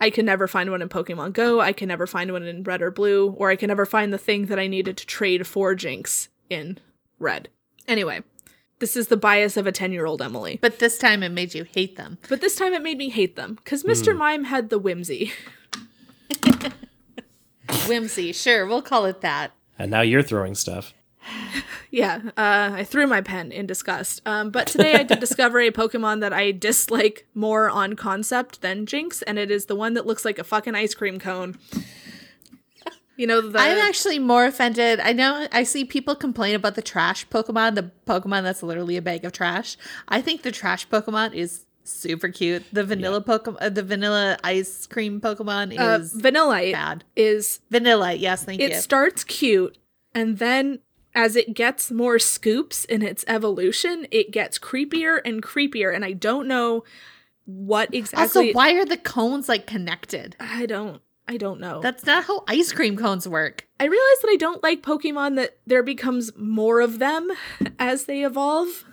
Speaker 1: I could never find one in Pokemon Go, I could never find one in Red or Blue, or I could never find the thing that I needed to trade for Jinx in Red. Anyway, this is the bias of a 10 year old Emily.
Speaker 3: But this time it made you hate them.
Speaker 1: But this time it made me hate them, because Mr. Mime had the whimsy.
Speaker 3: Whimsy. Sure. We'll call it that.
Speaker 2: And now you're throwing stuff.
Speaker 1: Yeah, uh, I threw my pen in disgust. Um, but today I did discover a Pokemon that I dislike more on concept than Jinx, and it is the one that looks like a fucking ice cream cone. You know the uh,
Speaker 3: I'm actually more offended. I know I see people complain about the trash Pokemon, the Pokemon that's literally a bag of trash. I think the trash Pokemon is super cute. The vanilla Pokemon, uh, the vanilla ice cream Pokemon
Speaker 1: uh,
Speaker 3: is
Speaker 1: Vanillite
Speaker 3: bad.
Speaker 1: is
Speaker 3: Vanilla, yes, thank
Speaker 1: it
Speaker 3: you.
Speaker 1: starts cute, and then as it gets more scoops in its evolution, it gets creepier and creepier, and I don't know what exactly.
Speaker 3: Also, why are the cones like connected?
Speaker 1: I don't. I don't know.
Speaker 3: That's not how ice cream cones work.
Speaker 1: I realize that I don't like Pokemon that there becomes more of them as they evolve.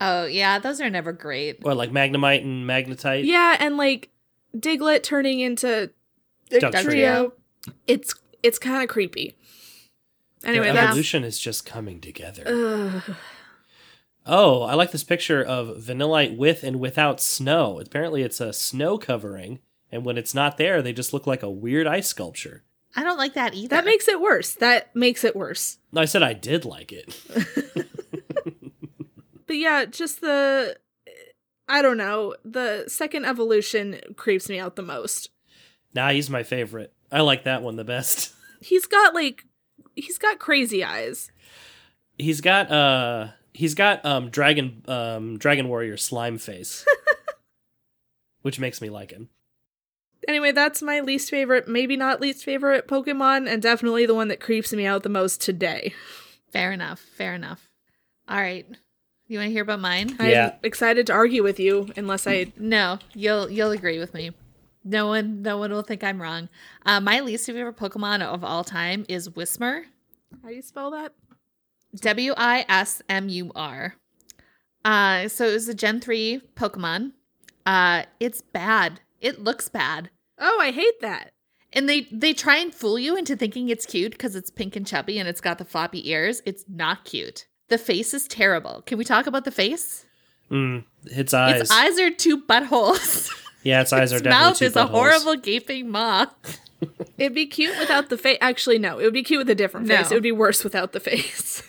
Speaker 3: Oh yeah, those are never great.
Speaker 2: Or like Magnemite and Magnetite.
Speaker 1: Yeah, and like Diglett turning into
Speaker 2: Ductrio.
Speaker 1: Trio. It's it's kind of creepy. Anyway,
Speaker 2: Their
Speaker 1: that's
Speaker 2: evolution is just coming together.
Speaker 1: Ugh.
Speaker 2: Oh, I like this picture of Vanillite with and without snow. Apparently, it's a snow covering, and when it's not there, they just look like a weird ice sculpture.
Speaker 3: I don't like that either.
Speaker 1: that makes it worse. That makes it worse.
Speaker 2: No, I said I did like it.
Speaker 1: But yeah, just the I don't know. The second evolution creeps me out the most.
Speaker 2: Nah, he's my favorite. I like that one the best.
Speaker 1: He's got like he's got crazy eyes.
Speaker 2: He's got uh, he's got um, dragon um, dragon warrior slime face, which makes me like him.
Speaker 1: Anyway, that's my least favorite, maybe not least favorite Pokemon, and definitely the one that creeps me out the most today.
Speaker 3: fair enough. Fair enough. All right, you want to hear about mine?
Speaker 2: Yeah.
Speaker 1: I'm excited to argue with you, unless I.
Speaker 3: No, you'll you'll agree with me. No one no one will think I'm wrong. Uh, my least favorite Pokemon of all time is Whismur.
Speaker 1: How do you spell that?
Speaker 3: W I S M U R. Uh, so it was a Gen 3 Pokemon. Uh, it's bad. It looks bad.
Speaker 1: Oh, I hate that.
Speaker 3: And they they try and fool you into thinking it's cute because it's pink and chubby and it's got the floppy ears. It's not cute. The face is terrible. Can we talk about the face?
Speaker 2: Mm, its eyes.
Speaker 3: Its eyes are two buttholes.
Speaker 2: yeah, its eyes are
Speaker 3: its
Speaker 2: definitely
Speaker 3: mouth
Speaker 2: two
Speaker 3: is a
Speaker 2: buttholes.
Speaker 3: horrible gaping maw.
Speaker 1: It'd be cute without the face. Actually, no. It would be cute with a different
Speaker 3: No.
Speaker 1: face. It would be worse without the face.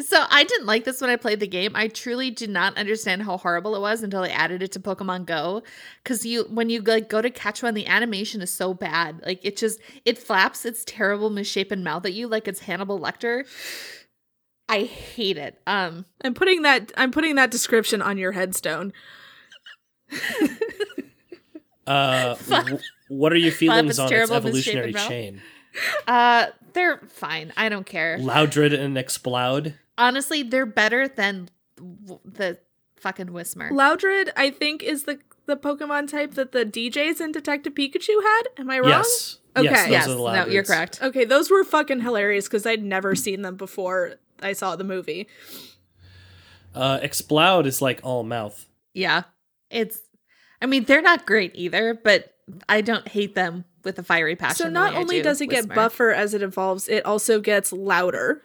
Speaker 3: So I didn't like this when I played the game. I truly did not understand how horrible it was until I added it to Pokemon Go. Cause you when you like go to catch one, the animation is so bad. Like it just it flaps its terrible misshapen mouth at you like it's Hannibal Lecter. I hate it. Um
Speaker 1: I'm putting that. I'm putting that description on your headstone.
Speaker 2: Uh, w- what are your feelings
Speaker 3: its
Speaker 2: on its
Speaker 3: terrible
Speaker 2: evolutionary
Speaker 3: misshapen mouth.
Speaker 2: chain?
Speaker 3: uh they're fine. I don't care.
Speaker 2: Loudred and Exploud.
Speaker 3: Honestly, they're better than w- the fucking Whismer.
Speaker 1: Loudred, I think, is the the Pokemon type that the DJs in Detective Pikachu had. Am I wrong?
Speaker 2: Yes. Yes,
Speaker 1: Okay.
Speaker 2: those
Speaker 3: yes,
Speaker 2: are the
Speaker 3: no, you're
Speaker 2: Loudreds.
Speaker 3: correct.
Speaker 1: Okay, those were fucking hilarious because I'd never seen them before I saw the movie.
Speaker 2: Uh, Exploud is like all mouth.
Speaker 3: Yeah. It's I mean, they're not great either, but I don't hate them with a fiery passion.
Speaker 1: so
Speaker 3: the
Speaker 1: not
Speaker 3: way I
Speaker 1: only
Speaker 3: do
Speaker 1: does it get
Speaker 3: Whismur.
Speaker 1: buffer as it evolves, it also gets louder.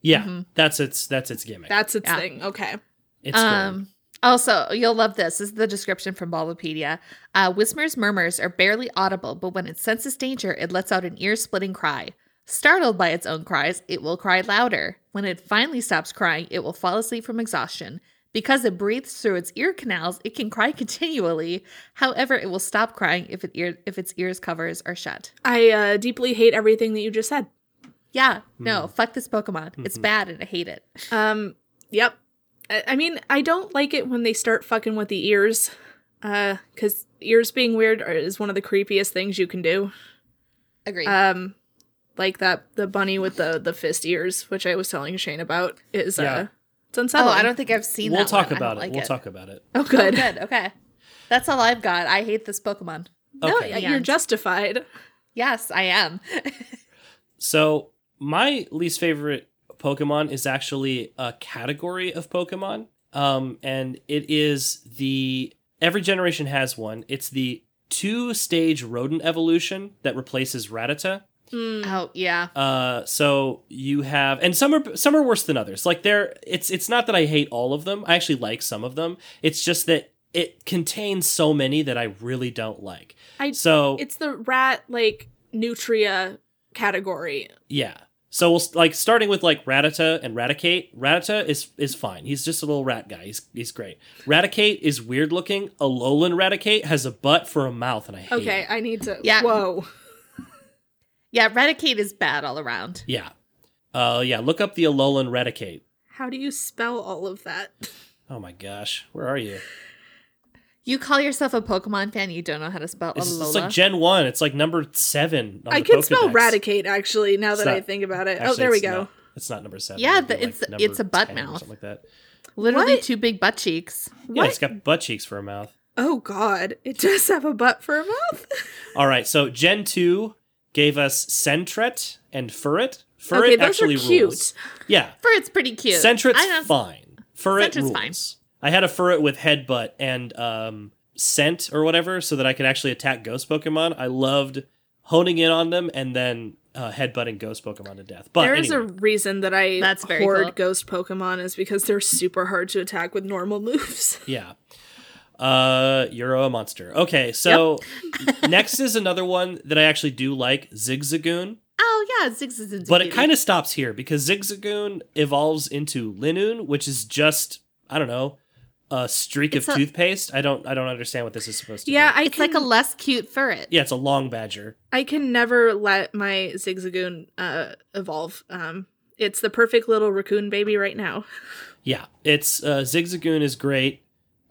Speaker 2: Yeah,
Speaker 3: Mhm.
Speaker 2: that's its that's its gimmick.
Speaker 1: That's its
Speaker 3: Yeah.
Speaker 1: thing. Okay.
Speaker 2: it's um,
Speaker 3: Um also, you'll love this. This is the description from Bulbapedia. Uh, Whismer's murmurs are barely audible, but when it senses danger, it lets out an ear-splitting cry. Startled by its own cries, it will cry louder. When it finally stops crying, it will fall asleep from exhaustion. Because it breathes through its ear canals, it can cry continually. However, it will stop crying if it ear if its ears covers are shut.
Speaker 1: I uh, deeply hate everything that you just said.
Speaker 3: Yeah,
Speaker 2: Hmm.
Speaker 3: no, fuck this Pokemon. It's
Speaker 2: Mhm.
Speaker 3: bad and I hate it.
Speaker 1: Um, yep. I, I mean, I don't like it when they start fucking with the ears, uh, because ears being weird are, is one of the creepiest things you can do.
Speaker 3: Agreed.
Speaker 1: Um, like that the bunny with the the fist ears, which I was telling Shane about, is uh,
Speaker 2: Yeah.
Speaker 1: it's unsettling.
Speaker 3: oh, I don't think I've seen
Speaker 2: we'll
Speaker 3: that.
Speaker 2: talk
Speaker 3: one. I don't
Speaker 2: about it.
Speaker 3: like
Speaker 2: we'll talk about it.
Speaker 1: Oh,
Speaker 3: Oh,
Speaker 1: good.
Speaker 3: good. Okay. That's all I've got. I hate this Pokemon.
Speaker 1: No,
Speaker 2: Okay.
Speaker 1: you're justified.
Speaker 3: Yes, I am.
Speaker 2: So my least favorite Pokemon is actually a category of Pokemon, um, and it is the every generation has one. It's the two stage rodent evolution that replaces Rattata.
Speaker 1: Mm,
Speaker 3: oh, yeah.
Speaker 2: Uh, so you have, and some are some are worse than others. Like they're, it's it's not that I hate all of them. I actually like some of them. It's just that it contains so many that I really don't like.
Speaker 1: I-
Speaker 2: so
Speaker 1: it's the rat like nutria category.
Speaker 2: Yeah. So we'll like starting with like Ratata and Raticate. Ratata is is fine. He's just a little rat guy. He's he's great. Raticate is weird looking. Alolan Raticate has a butt for a mouth, and I hate
Speaker 1: Okay,
Speaker 2: it.
Speaker 1: I need to.
Speaker 3: Yeah.
Speaker 1: Whoa.
Speaker 3: Yeah, Raticate is bad all around.
Speaker 2: Yeah. Uh yeah. Look up the Alolan Raticate.
Speaker 1: How do you spell all of that?
Speaker 2: Oh my gosh, where are you?
Speaker 3: You call yourself a Pokemon fan, you don't know how to spell
Speaker 2: It's, it's
Speaker 3: Alola.
Speaker 2: like Gen One. It's like number seven. On
Speaker 1: I
Speaker 2: the
Speaker 1: can spell
Speaker 2: Pokédex.
Speaker 1: radicate actually. Now
Speaker 2: It's
Speaker 1: that I
Speaker 2: not-
Speaker 1: think about it. oh,
Speaker 2: Actually,
Speaker 1: there we
Speaker 2: it's
Speaker 1: go.
Speaker 2: not- it's not number seven.
Speaker 3: Yeah,
Speaker 2: It'd be,
Speaker 3: the- it's-
Speaker 2: number
Speaker 3: it's a butt
Speaker 2: 10 or
Speaker 3: mouth.
Speaker 2: Something like that.
Speaker 3: Literally
Speaker 1: What?
Speaker 3: two big butt cheeks.
Speaker 2: Yeah,
Speaker 1: What?
Speaker 2: it's got butt cheeks for a mouth.
Speaker 1: Oh God, it does have a butt for a mouth.
Speaker 2: All right, so Gen 2 gave us Sentret and Furret. Furret
Speaker 1: Okay, those are
Speaker 2: actually
Speaker 1: cute.
Speaker 2: rules. Yeah.
Speaker 3: Furret's pretty cute.
Speaker 2: Sentret's
Speaker 3: I don't-
Speaker 2: fine. Furret
Speaker 3: Sentret's fine.
Speaker 2: rules. I had a Furret with Headbutt and um, Scent or whatever so that I could actually attack ghost Pokemon. I loved honing in on them and then uh, headbutting ghost Pokemon to death. But
Speaker 1: there is
Speaker 2: anyway,
Speaker 1: a reason that I
Speaker 3: That's very
Speaker 1: hoard
Speaker 3: cool.
Speaker 1: ghost Pokemon is because they're super hard to attack with normal moves.
Speaker 2: yeah. Uh, you're a monster. Okay, so next is another one that I actually do like, Zigzagoon.
Speaker 3: Oh, yeah, Ziggs is into
Speaker 2: But it kind of stops here because Zigzagoon evolves into Linoon, which is just I don't know a streak
Speaker 3: It's
Speaker 2: of
Speaker 3: a-
Speaker 2: toothpaste. I don't I don't understand what this is supposed to.
Speaker 1: yeah,
Speaker 2: be.
Speaker 1: I
Speaker 3: It's
Speaker 1: can,
Speaker 3: like a less cute Furret.
Speaker 2: yeah, it's a long badger.
Speaker 1: I can never let my Zigzagoon uh, evolve. Um, it's the perfect little raccoon baby right now.
Speaker 2: Yeah, it's uh, Zigzagoon is great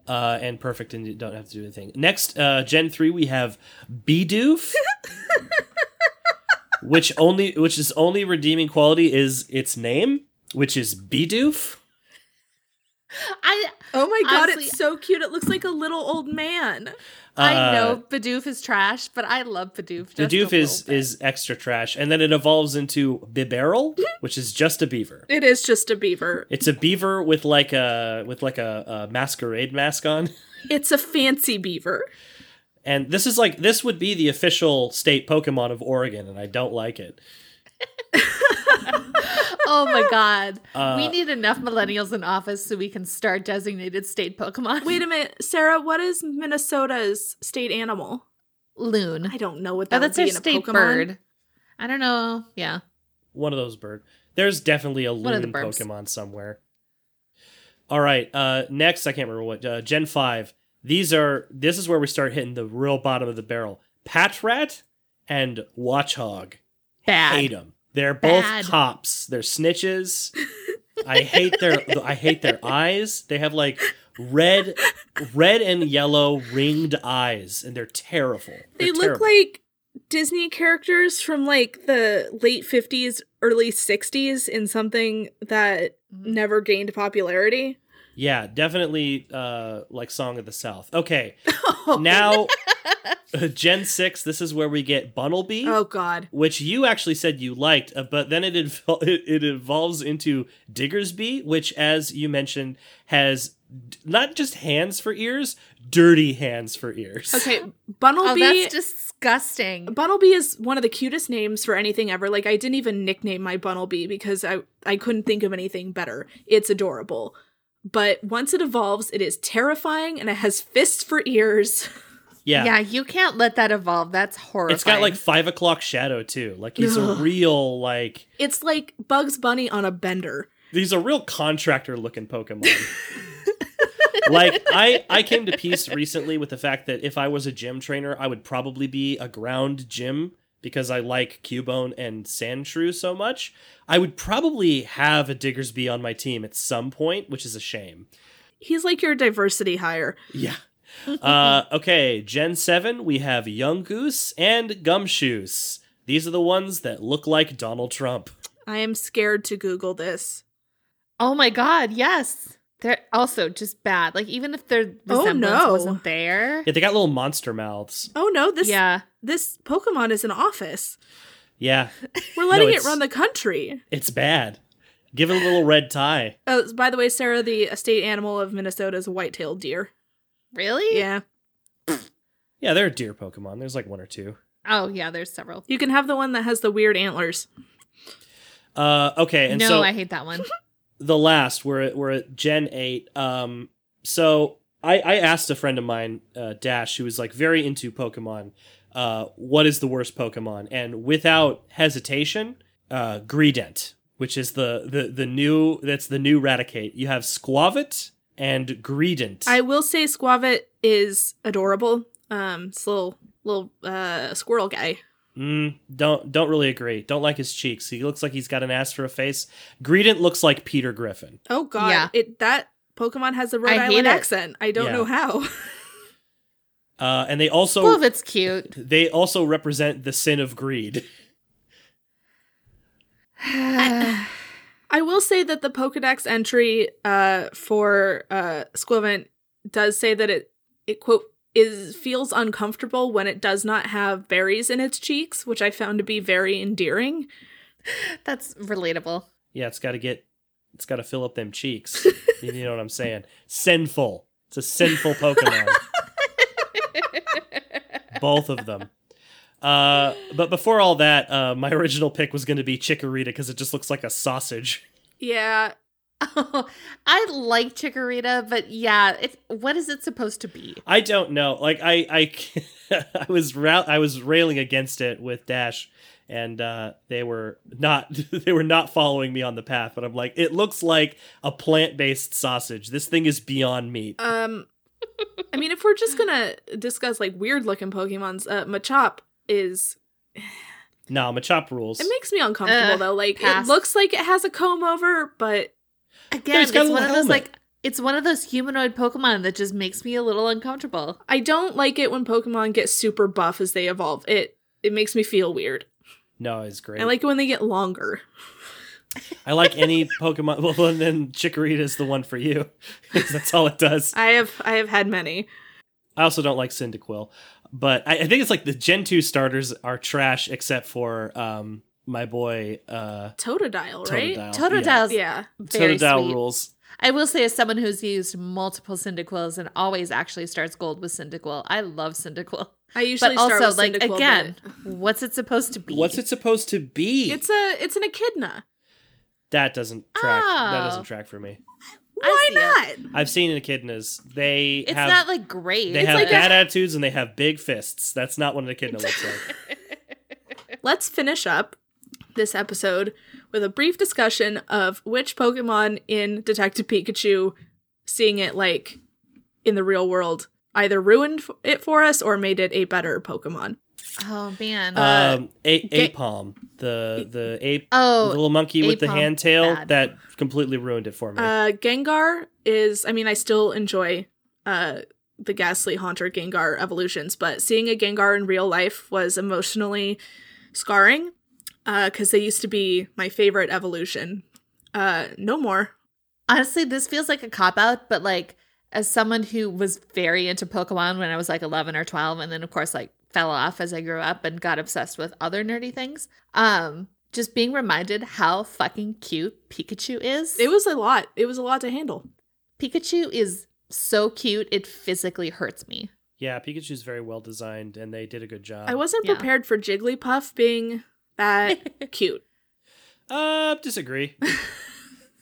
Speaker 2: uh, and perfect, and you don't have to do anything. Next, uh, Gen three, we have Bidoof. Which only, which is only redeeming quality is its name, which is Bidoof.
Speaker 3: I
Speaker 1: Oh my God,
Speaker 3: Honestly-
Speaker 1: it's so cute. It looks like a little old man.
Speaker 3: I
Speaker 2: Uh,
Speaker 3: know Bidoof is trash, but I love Bidoof. Just
Speaker 2: The doof
Speaker 3: a
Speaker 2: is
Speaker 3: little bit.
Speaker 2: is extra trash, and then it evolves into Biberl, which is just a beaver.
Speaker 1: It is just a beaver.
Speaker 2: It's a beaver with like a with like a, a masquerade mask on,
Speaker 1: It's a fancy beaver.
Speaker 2: and this is like this would be the official state Pokemon of Oregon, and I don't like it.
Speaker 3: oh my god.
Speaker 2: Uh,
Speaker 3: we need enough millennials in office so we can start designated state Pokemon.
Speaker 1: Wait a minute, Sarah. What is Minnesota's state animal?
Speaker 3: loon.
Speaker 1: I don't know what that
Speaker 3: Oh, that's
Speaker 1: would
Speaker 3: their
Speaker 1: be in a
Speaker 3: state
Speaker 1: Pokemon.
Speaker 3: bird. I don't know. Yeah.
Speaker 2: One of those bird. There's definitely a
Speaker 3: One of the
Speaker 2: loon
Speaker 3: burps.
Speaker 2: Pokemon somewhere. All right, uh, next I can't remember what uh, Gen five. These are this is where we start hitting the real bottom of the barrel. Patrat and Watchhog.
Speaker 3: Bad.
Speaker 2: hate them. They're
Speaker 3: Bad.
Speaker 2: both cops. They're snitches. I hate their I hate their eyes. They have like red red and yellow ringed eyes and they're terrible.
Speaker 1: They
Speaker 2: They're
Speaker 1: look
Speaker 2: terrible.
Speaker 1: like Disney characters from like the late 50s, early 60s in something that never gained popularity.
Speaker 2: Yeah, definitely uh like Song of the South. Okay.
Speaker 1: Oh.
Speaker 2: Now uh, Gen 6, this is where we get Bunnelby.
Speaker 1: oh god.
Speaker 2: Which you actually said you liked, uh, but then it, evol- it it evolves into Diggersby, which, as you mentioned, has d- not just hands for ears, dirty hands for ears.
Speaker 1: Okay,
Speaker 3: Oh,
Speaker 1: Bunnelby
Speaker 3: that's disgusting.
Speaker 1: Bunnelby is one of the cutest names for anything ever. Like I didn't even nickname my Bunnelby because I I couldn't think of anything better. It's adorable. But once it evolves, it is terrifying and it has fists for ears.
Speaker 2: Yeah.
Speaker 3: Yeah, you can't let that evolve. That's horrible.
Speaker 2: It's got like five o'clock shadow too. Like he's a
Speaker 1: Ugh.
Speaker 2: real like
Speaker 1: It's like Bugs Bunny on a bender.
Speaker 2: he's a real contractor looking Pokemon. like I I came to peace recently with the fact that if I was a gym trainer, I would probably be a ground gym because I like Cubone and Sandshrew so much. I would probably have a Diggersby on my team at some point, which is a shame.
Speaker 1: He's like your diversity hire.
Speaker 2: Yeah. uh, okay, Gen 7, we have Young Goose and Gumshoes. These are the ones that look like Donald Trump.
Speaker 1: I am scared to Google this.
Speaker 3: Oh my god, yes. They're also just bad. Like even if their
Speaker 1: Oh,
Speaker 3: resemblance
Speaker 1: no.
Speaker 3: wasn't there.
Speaker 2: Yeah, they got little monster mouths.
Speaker 1: Oh no, this
Speaker 3: yeah.
Speaker 1: this Pokemon is in office.
Speaker 2: Yeah,
Speaker 1: We're letting it
Speaker 2: it's-
Speaker 1: run the country.
Speaker 2: it's bad. Give it a little red tie.
Speaker 1: Oh, by the way, Sarah, the state animal of Minnesota is a white-tailed deer.
Speaker 3: Really?
Speaker 1: Yeah,
Speaker 2: Yeah, there are deer Pokemon. There's like one or two.
Speaker 3: Oh yeah, there's several.
Speaker 1: you can have the one that has the weird antlers.
Speaker 2: Uh, okay, and
Speaker 3: no,
Speaker 2: so
Speaker 3: I hate that one.
Speaker 2: the last we're at, we're at Gen eight. Um, so I I asked a friend of mine, uh, Dash, who was like very into Pokemon, uh, what is the worst Pokemon? And without hesitation, uh, Greedent, which is the the the new that's the new Raticate. You have Squavit and Greedent.
Speaker 1: I will say Squavit is adorable. Um, this little little uh squirrel guy.
Speaker 2: Mm, don't don't really agree. Don't like his cheeks. He looks like he's got an ass for a face. Greedent looks like Peter Griffin.
Speaker 1: Oh God,
Speaker 3: Yeah.
Speaker 1: it that Pokemon has a Rhode
Speaker 3: I hate
Speaker 1: Island
Speaker 3: it.
Speaker 1: accent. I don't
Speaker 2: Yeah.
Speaker 1: know how.
Speaker 2: Uh, and they also
Speaker 3: Well, it's cute.
Speaker 2: they also represent the sin of greed.
Speaker 1: I will say that the Pokedex entry uh, for uh, Squivent does say that it it quote is feels uncomfortable when it does not have berries in its cheeks, which I found to be very endearing.
Speaker 3: That's relatable.
Speaker 2: Yeah, it's got to get it's got to fill up them cheeks. you know what I'm saying? Sinful. It's a sinful Pokemon. both of them. Uh, but before all that, uh, my original pick was going to be Chikorita because it just looks like a sausage.
Speaker 1: Yeah,
Speaker 3: oh, I like Chikorita, but yeah, it's what is it supposed to be?
Speaker 2: I don't know. Like I, I, I was ra- I was railing against it with Dash, and uh, they were not they were not following me on the path. But I'm like, it looks like a plant based sausage. This thing is beyond meat.
Speaker 1: um, I mean, if we're just gonna discuss like weird looking Pokemon's, uh, Machop is
Speaker 2: No, Machop rules.
Speaker 1: it makes me uncomfortable
Speaker 3: Ugh,
Speaker 1: though. Like
Speaker 3: pass.
Speaker 1: it looks like it has a comb over, but
Speaker 3: Again,
Speaker 2: it's
Speaker 3: it's,
Speaker 2: got a
Speaker 3: one of
Speaker 2: little
Speaker 3: those
Speaker 2: helmet.
Speaker 3: like it's one of those humanoid Pokemon that just makes me a little uncomfortable.
Speaker 1: I don't like it when Pokemon get super buff as they evolve. It it makes me feel weird.
Speaker 2: no, it's great.
Speaker 1: I like it when they get longer.
Speaker 2: I like any Pokemon. Well, and then Chikorita is the one for you. 'Cause That's all it does.
Speaker 1: I have I have had many.
Speaker 2: I also don't like Cyndaquil, but I, I think it's like the Gen two starters are trash except for um my boy uh
Speaker 1: Totodile, right?
Speaker 2: Totodile.
Speaker 3: Totodile's
Speaker 1: Yeah.
Speaker 3: very
Speaker 2: Totodile
Speaker 3: sweet.
Speaker 2: rules.
Speaker 3: I will say, as someone who's used multiple Cyndaquils and always actually starts gold with Cyndaquil, I love Cyndaquil.
Speaker 1: I usually
Speaker 3: but
Speaker 1: start
Speaker 3: also,
Speaker 1: with
Speaker 3: like
Speaker 1: Cyndaquil, but-
Speaker 3: again, what's it supposed to be?
Speaker 2: What's it supposed to be?
Speaker 1: It's a it's an echidna.
Speaker 2: that doesn't track. That
Speaker 3: Oh.
Speaker 2: doesn't track for me.
Speaker 3: I
Speaker 1: Why
Speaker 3: see
Speaker 1: not?
Speaker 2: I've seen echidnas. They
Speaker 3: It's
Speaker 2: have
Speaker 3: not like great.
Speaker 2: they
Speaker 3: It's
Speaker 2: have
Speaker 1: like a-
Speaker 2: bad attitudes and they have big fists. That's not what an echidna looks like.
Speaker 1: Let's finish up this episode with a brief discussion of which Pokemon in Detective Pikachu, seeing it like in the real world, either ruined f- it for us or made it a better Pokemon.
Speaker 3: oh man.
Speaker 2: um, a-
Speaker 1: ga-
Speaker 2: Apalm, the the ape, the
Speaker 3: oh,
Speaker 2: little monkey with the
Speaker 3: Apalm's
Speaker 2: hand tail
Speaker 3: bad.
Speaker 2: that completely ruined it for me.
Speaker 1: Uh, Gengar is, I mean, I still enjoy uh, the Ghastly Haunter Gengar evolutions, but seeing a Gengar in real life was emotionally scarring because they used to be my favorite evolution. Uh, no more.
Speaker 3: honestly, this feels like a cop out, but like as someone who was very into Pokemon when I was like 11 or 12 and then of course like fell off as I grew up and got obsessed with other nerdy things. Um just being reminded how fucking cute Pikachu is.
Speaker 1: It was a lot. It was a lot to handle.
Speaker 3: Pikachu is so cute, it physically hurts me.
Speaker 2: yeah, Pikachu's very well designed, and they did a good job.
Speaker 1: I wasn't
Speaker 3: Yeah.
Speaker 1: prepared for Jigglypuff being that cute.
Speaker 2: uh, disagree.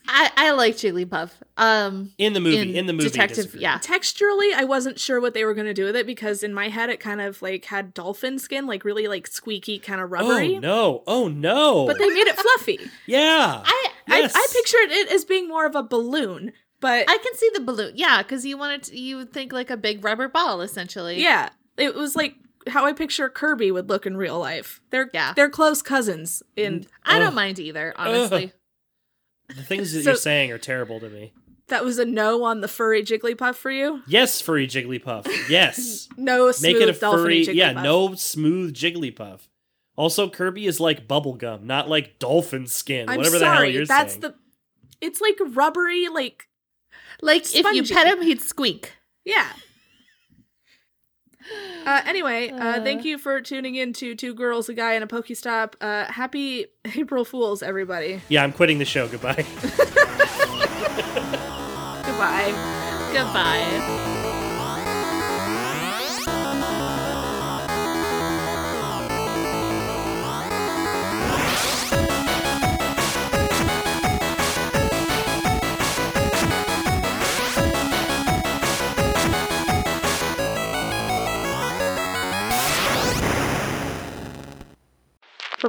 Speaker 3: I, I like Jigglypuff. Um
Speaker 2: In the movie, in, the movie,
Speaker 3: Detective,
Speaker 2: disagree.
Speaker 3: yeah.
Speaker 1: Texturally, I wasn't sure what they were going to do with it because in my head it kind of like had dolphin skin, like really like squeaky, kind of rubbery.
Speaker 2: Oh no! Oh no!
Speaker 1: But they made it fluffy.
Speaker 2: yeah,
Speaker 3: I
Speaker 2: Yes.
Speaker 1: I, I pictured it as being more of a balloon, but
Speaker 3: I can see the balloon. Yeah, cuz you wanted to, you would think like a big rubber ball essentially.
Speaker 1: yeah, it was like how I picture Kirby would look in real life. They're
Speaker 3: Yeah.
Speaker 1: they're close cousins in
Speaker 3: I
Speaker 2: Ugh.
Speaker 3: don't mind either, honestly.
Speaker 2: the things that
Speaker 1: So-
Speaker 2: you're saying are terrible to me.
Speaker 1: that was a no on the furry Jigglypuff for you.
Speaker 2: Yes, furry Jigglypuff. Yes,
Speaker 1: No smooth
Speaker 2: make it a furry.
Speaker 1: dolphiny Jigglypuff.
Speaker 2: Yeah, no smooth Jigglypuff. Also, Kirby is like bubblegum, not like dolphin skin.
Speaker 1: I'm
Speaker 2: whatever the
Speaker 1: sorry.
Speaker 2: hell you're
Speaker 1: that's
Speaker 2: saying.
Speaker 1: the. It's like rubbery, like
Speaker 3: Like if
Speaker 1: Spongy.
Speaker 3: you pet him, he'd squeak.
Speaker 1: yeah. Uh, anyway, uh,
Speaker 3: Uh.
Speaker 1: thank you for tuning in to Two Girls, a Guy, and a Pokestop. Uh, happy April Fools, everybody.
Speaker 2: yeah, I'm quitting the show. Goodbye.
Speaker 1: Goodbye.
Speaker 3: Goodbye.
Speaker 1: For